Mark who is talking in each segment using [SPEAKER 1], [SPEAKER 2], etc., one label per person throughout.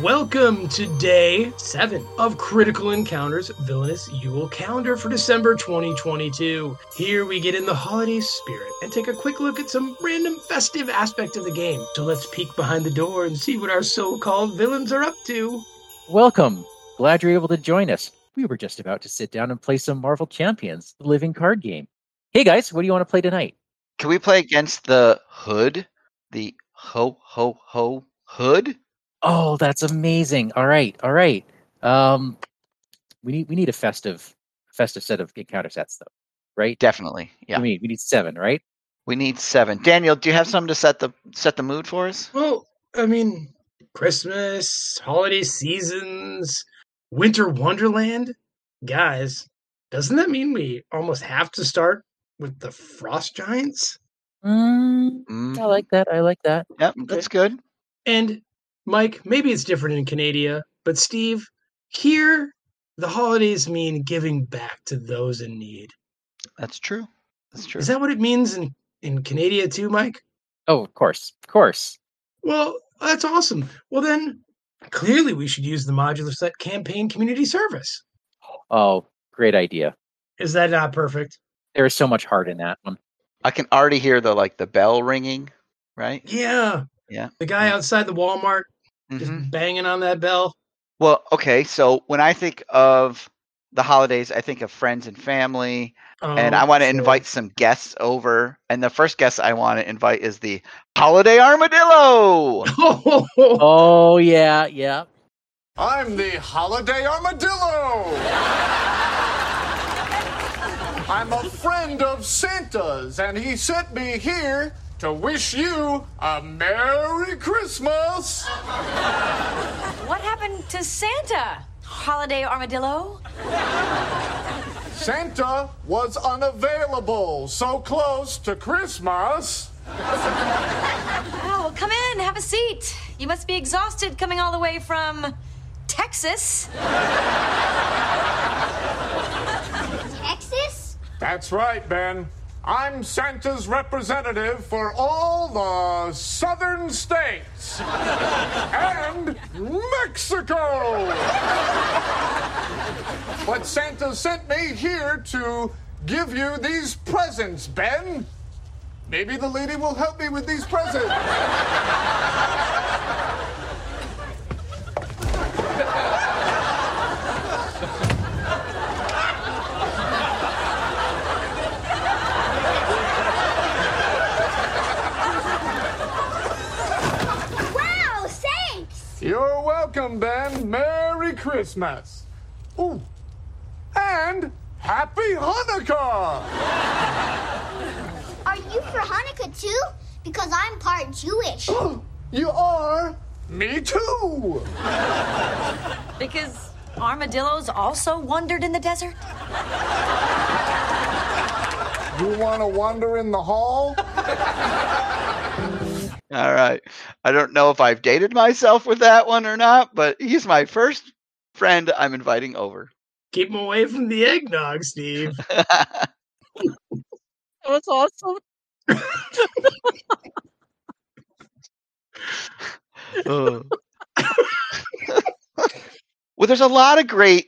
[SPEAKER 1] Welcome to day seven of Critical Encounters Villainous Yule Calendar for December 2022. Here we get in the holiday spirit and take a quick look at some random festive aspect of the game. So let's peek behind the door and see what our so called villains are up to.
[SPEAKER 2] Welcome. Glad you're able to join us. We were just about to sit down and play some Marvel Champions, the living card game. Hey guys, what do you want to play tonight?
[SPEAKER 3] Can we play against the hood? The ho ho ho hood?
[SPEAKER 2] Oh, that's amazing. All right, all right. Um we need we need a festive festive set of encounter sets though, right?
[SPEAKER 3] Definitely. Yeah.
[SPEAKER 1] Mm-hmm.
[SPEAKER 2] We need we need seven, right?
[SPEAKER 3] We need seven. Daniel, do you have something to set the set the mood for us?
[SPEAKER 1] Well, I mean, Christmas, holiday seasons, winter wonderland. Guys, doesn't that mean we almost have to start with the frost giants?
[SPEAKER 2] Mm,
[SPEAKER 3] Mm,
[SPEAKER 2] I like that. I like that.
[SPEAKER 3] Yep, that's good.
[SPEAKER 1] And Mike, maybe it's different in Canada, but Steve, here the holidays mean giving back to those in need.
[SPEAKER 3] That's true. That's true.
[SPEAKER 1] Is that what it means in in Canada too, Mike?
[SPEAKER 2] Oh, of course. Of course.
[SPEAKER 1] Well, that's awesome. Well then, clearly we should use the modular set campaign community service.
[SPEAKER 2] Oh, great idea.
[SPEAKER 1] Is that not perfect?
[SPEAKER 2] There is so much heart in that one.
[SPEAKER 3] I can already hear the like the bell ringing, right?
[SPEAKER 1] Yeah.
[SPEAKER 3] Yeah.
[SPEAKER 1] The guy outside the Walmart just
[SPEAKER 3] Mhm.
[SPEAKER 1] banging on that bell.
[SPEAKER 3] Well, okay, so when I think of the holidays, I think of friends and family, and I
[SPEAKER 1] Um,
[SPEAKER 3] want to
[SPEAKER 1] so-
[SPEAKER 3] invite some guests over. And the first guest I want to invite is the holiday armadillo.
[SPEAKER 2] Oh yeah, yeah.
[SPEAKER 4] I'm the holiday armadillo. I'm a friend of Santa's, and he sent me here to wish you a Merry Christmas.
[SPEAKER 5] What happened to Santa? Holiday armadillo?
[SPEAKER 4] Santa was unavailable, so close to Christmas.
[SPEAKER 5] Oh, well, come in, have a seat. You must be exhausted coming all the way from Texas.
[SPEAKER 6] Texas?
[SPEAKER 4] That's right, Ben. I'm Santa's representative for all the southern states and Mexico. But Santa sent me here to give you these presents, Ben. Maybe the lady will help me with these presents.
[SPEAKER 6] Wow, thanks!
[SPEAKER 4] You're welcome, Ben. Merry Christmas. Ooh. And Happy Hanukkah!
[SPEAKER 6] Are you for Hanukkah too? Because I'm part Jewish.
[SPEAKER 4] You are? Me too!
[SPEAKER 5] Because armadillos also wandered in the desert?
[SPEAKER 4] You want to wander in the hall?
[SPEAKER 3] All right. I don't know if I've dated myself with that one or not, but he's my first friend I'm inviting over.
[SPEAKER 1] Keep him away from the eggnog, Steve.
[SPEAKER 2] That was awesome.
[SPEAKER 3] well, Oh. there's a lot of great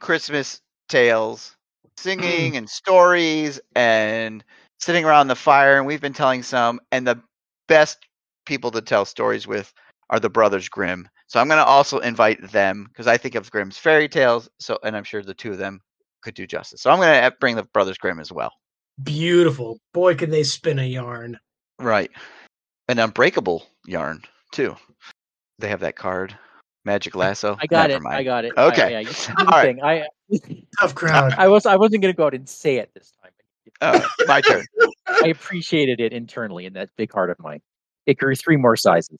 [SPEAKER 3] Christmas tales,
[SPEAKER 2] Mm.
[SPEAKER 3] singing and stories, and sitting around the fire. And we've been telling some. And the best people to tell stories with are the Brothers Grimm. So I'm going to also invite them because I think of Grimm's fairy tales. So, and I'm sure the two of them could do justice. So I'm going to bring the Brothers Grimm as well.
[SPEAKER 1] Beautiful. Boy, could they spin a yarn.
[SPEAKER 3] Right. An unbreakable yarn, too. They have that card. Magic lasso.
[SPEAKER 2] I got
[SPEAKER 3] Never
[SPEAKER 2] it. I
[SPEAKER 3] mind.
[SPEAKER 2] got it.
[SPEAKER 3] Okay.
[SPEAKER 2] I, yeah, you did the
[SPEAKER 3] All right.
[SPEAKER 2] thing. I
[SPEAKER 1] Tough crowd.
[SPEAKER 2] I was I wasn't gonna go out and say it this time.
[SPEAKER 3] All right, my turn.
[SPEAKER 2] I appreciated it internally in that big heart of mine. It grew three more sizes.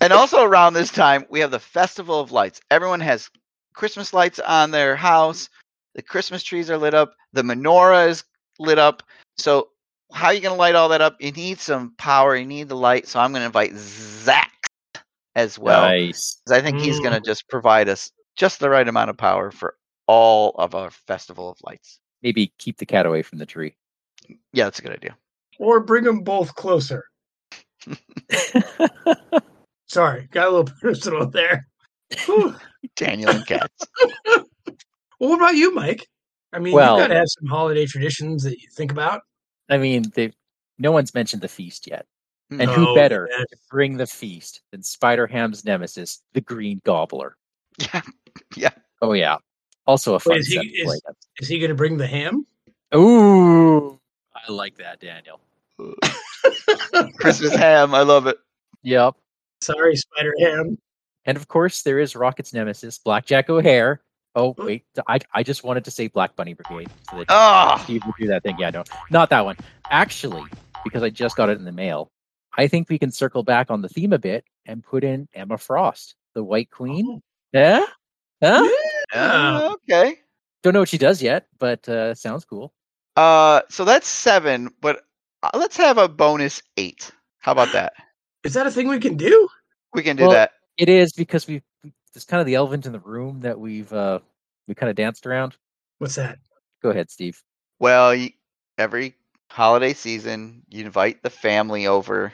[SPEAKER 3] And also around this time, we have the Festival of Lights. Everyone has Christmas lights on their house. The Christmas trees are lit up. The menorah is lit up. So how are you going to light all that up? You need some power. You need the light. So I'm going to invite Zach as well.
[SPEAKER 2] nice.
[SPEAKER 3] 'cause I think he's going to just provide us just the right amount of power for all of our Festival of Lights.
[SPEAKER 2] Maybe keep the cat away from the tree.
[SPEAKER 3] Yeah, that's a good idea.
[SPEAKER 1] Or bring them both closer. Sorry, got a little personal there. Whew.
[SPEAKER 3] Daniel and cats.
[SPEAKER 1] well, what about you, Mike? I mean,
[SPEAKER 2] Well-
[SPEAKER 1] you've got to have some holiday traditions that you think about.
[SPEAKER 2] I mean, they no one's mentioned the feast yet. And who
[SPEAKER 1] No,
[SPEAKER 2] better
[SPEAKER 1] man.
[SPEAKER 2] to bring the feast than Spider Ham's nemesis, the Green Gobbler?
[SPEAKER 3] Yeah.
[SPEAKER 2] Oh yeah. Also a fun
[SPEAKER 1] is he-
[SPEAKER 2] set of
[SPEAKER 1] is-
[SPEAKER 2] play games.
[SPEAKER 1] Is he going to bring the ham?
[SPEAKER 2] Ooh. I like that, Daniel.
[SPEAKER 3] Christmas ham. I love it.
[SPEAKER 2] Yep.
[SPEAKER 1] Sorry, Spider Ham.
[SPEAKER 2] And of course there is Rocket's nemesis, Blackjack O'Hare. Oh wait, th- I, I just wanted to say Black Bunny Brigade. So that
[SPEAKER 3] Oh,
[SPEAKER 2] you would do that thing. Yeah, no. Not that one. Actually, because I just got it in the mail, I think we can circle back on the theme a bit and put in Emma Frost, the White Queen. Yeah? Huh?
[SPEAKER 1] Yeah.
[SPEAKER 3] okay.
[SPEAKER 2] Don't know what she does yet, but uh, sounds cool.
[SPEAKER 3] Uh, so that's seven, but uh, let's have a bonus eight. How about that?
[SPEAKER 1] Is that a thing we can do?
[SPEAKER 3] We can do
[SPEAKER 2] Well-
[SPEAKER 3] that.
[SPEAKER 2] It is because we it's kind of the elephant in the room that we've uh, we kind of danced around.
[SPEAKER 1] What's that?
[SPEAKER 2] Go ahead, Steve.
[SPEAKER 3] Well, y every holiday season, you invite the family over,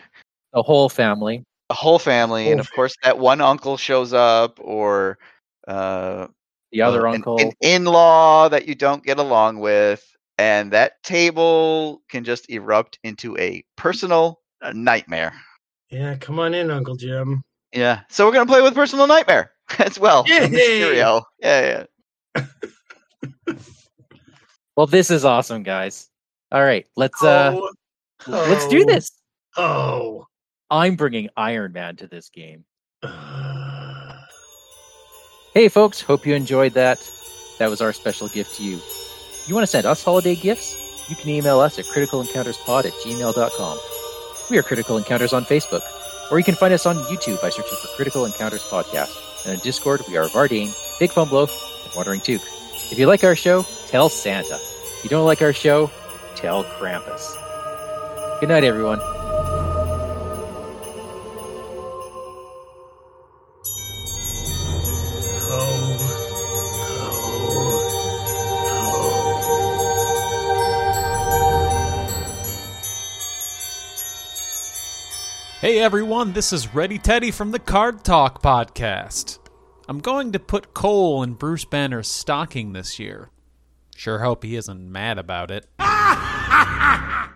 [SPEAKER 2] The whole family.
[SPEAKER 3] the whole family,
[SPEAKER 1] Whole
[SPEAKER 3] and of course, that one uncle shows up, or uh,
[SPEAKER 2] The other
[SPEAKER 1] Oh,
[SPEAKER 3] uh, an-
[SPEAKER 2] uncle.
[SPEAKER 3] an in-law that you don't get along with, and that table can just erupt into a personal uh, nightmare.
[SPEAKER 1] Yeah, come on in, Uncle Jim.
[SPEAKER 3] Yeah. So we're gonna play with personal nightmare as well. on this
[SPEAKER 1] Yay!
[SPEAKER 3] Serial. Yeah, yeah.
[SPEAKER 2] well, this is awesome, guys. All right, let's uh
[SPEAKER 1] Oh,
[SPEAKER 2] let's
[SPEAKER 1] oh,
[SPEAKER 2] do this.
[SPEAKER 1] Oh.
[SPEAKER 2] I'm bringing Iron Man to this game.
[SPEAKER 1] Uh,
[SPEAKER 2] Hey, folks, hope you enjoyed that. That was our special gift to you. You want to send us holiday gifts? You can email us at criticalencounterspod at gmail.com. We are Critical Encounters on Facebook, or you can find us on YouTube by searching for Critical Encounters Podcast. And on Discord, we are Vardane, Big Fun Blow, and Wandering Took. If you like our show, tell Santa. If you don't like our show, tell Krampus. Good night, everyone.
[SPEAKER 1] oh, oh, oh.
[SPEAKER 7] Hey everyone, this is Ready Teddy from the Card Talk Podcast. I'm going to put coal in Bruce Banner's stocking this year. Sure hope he isn't mad about it.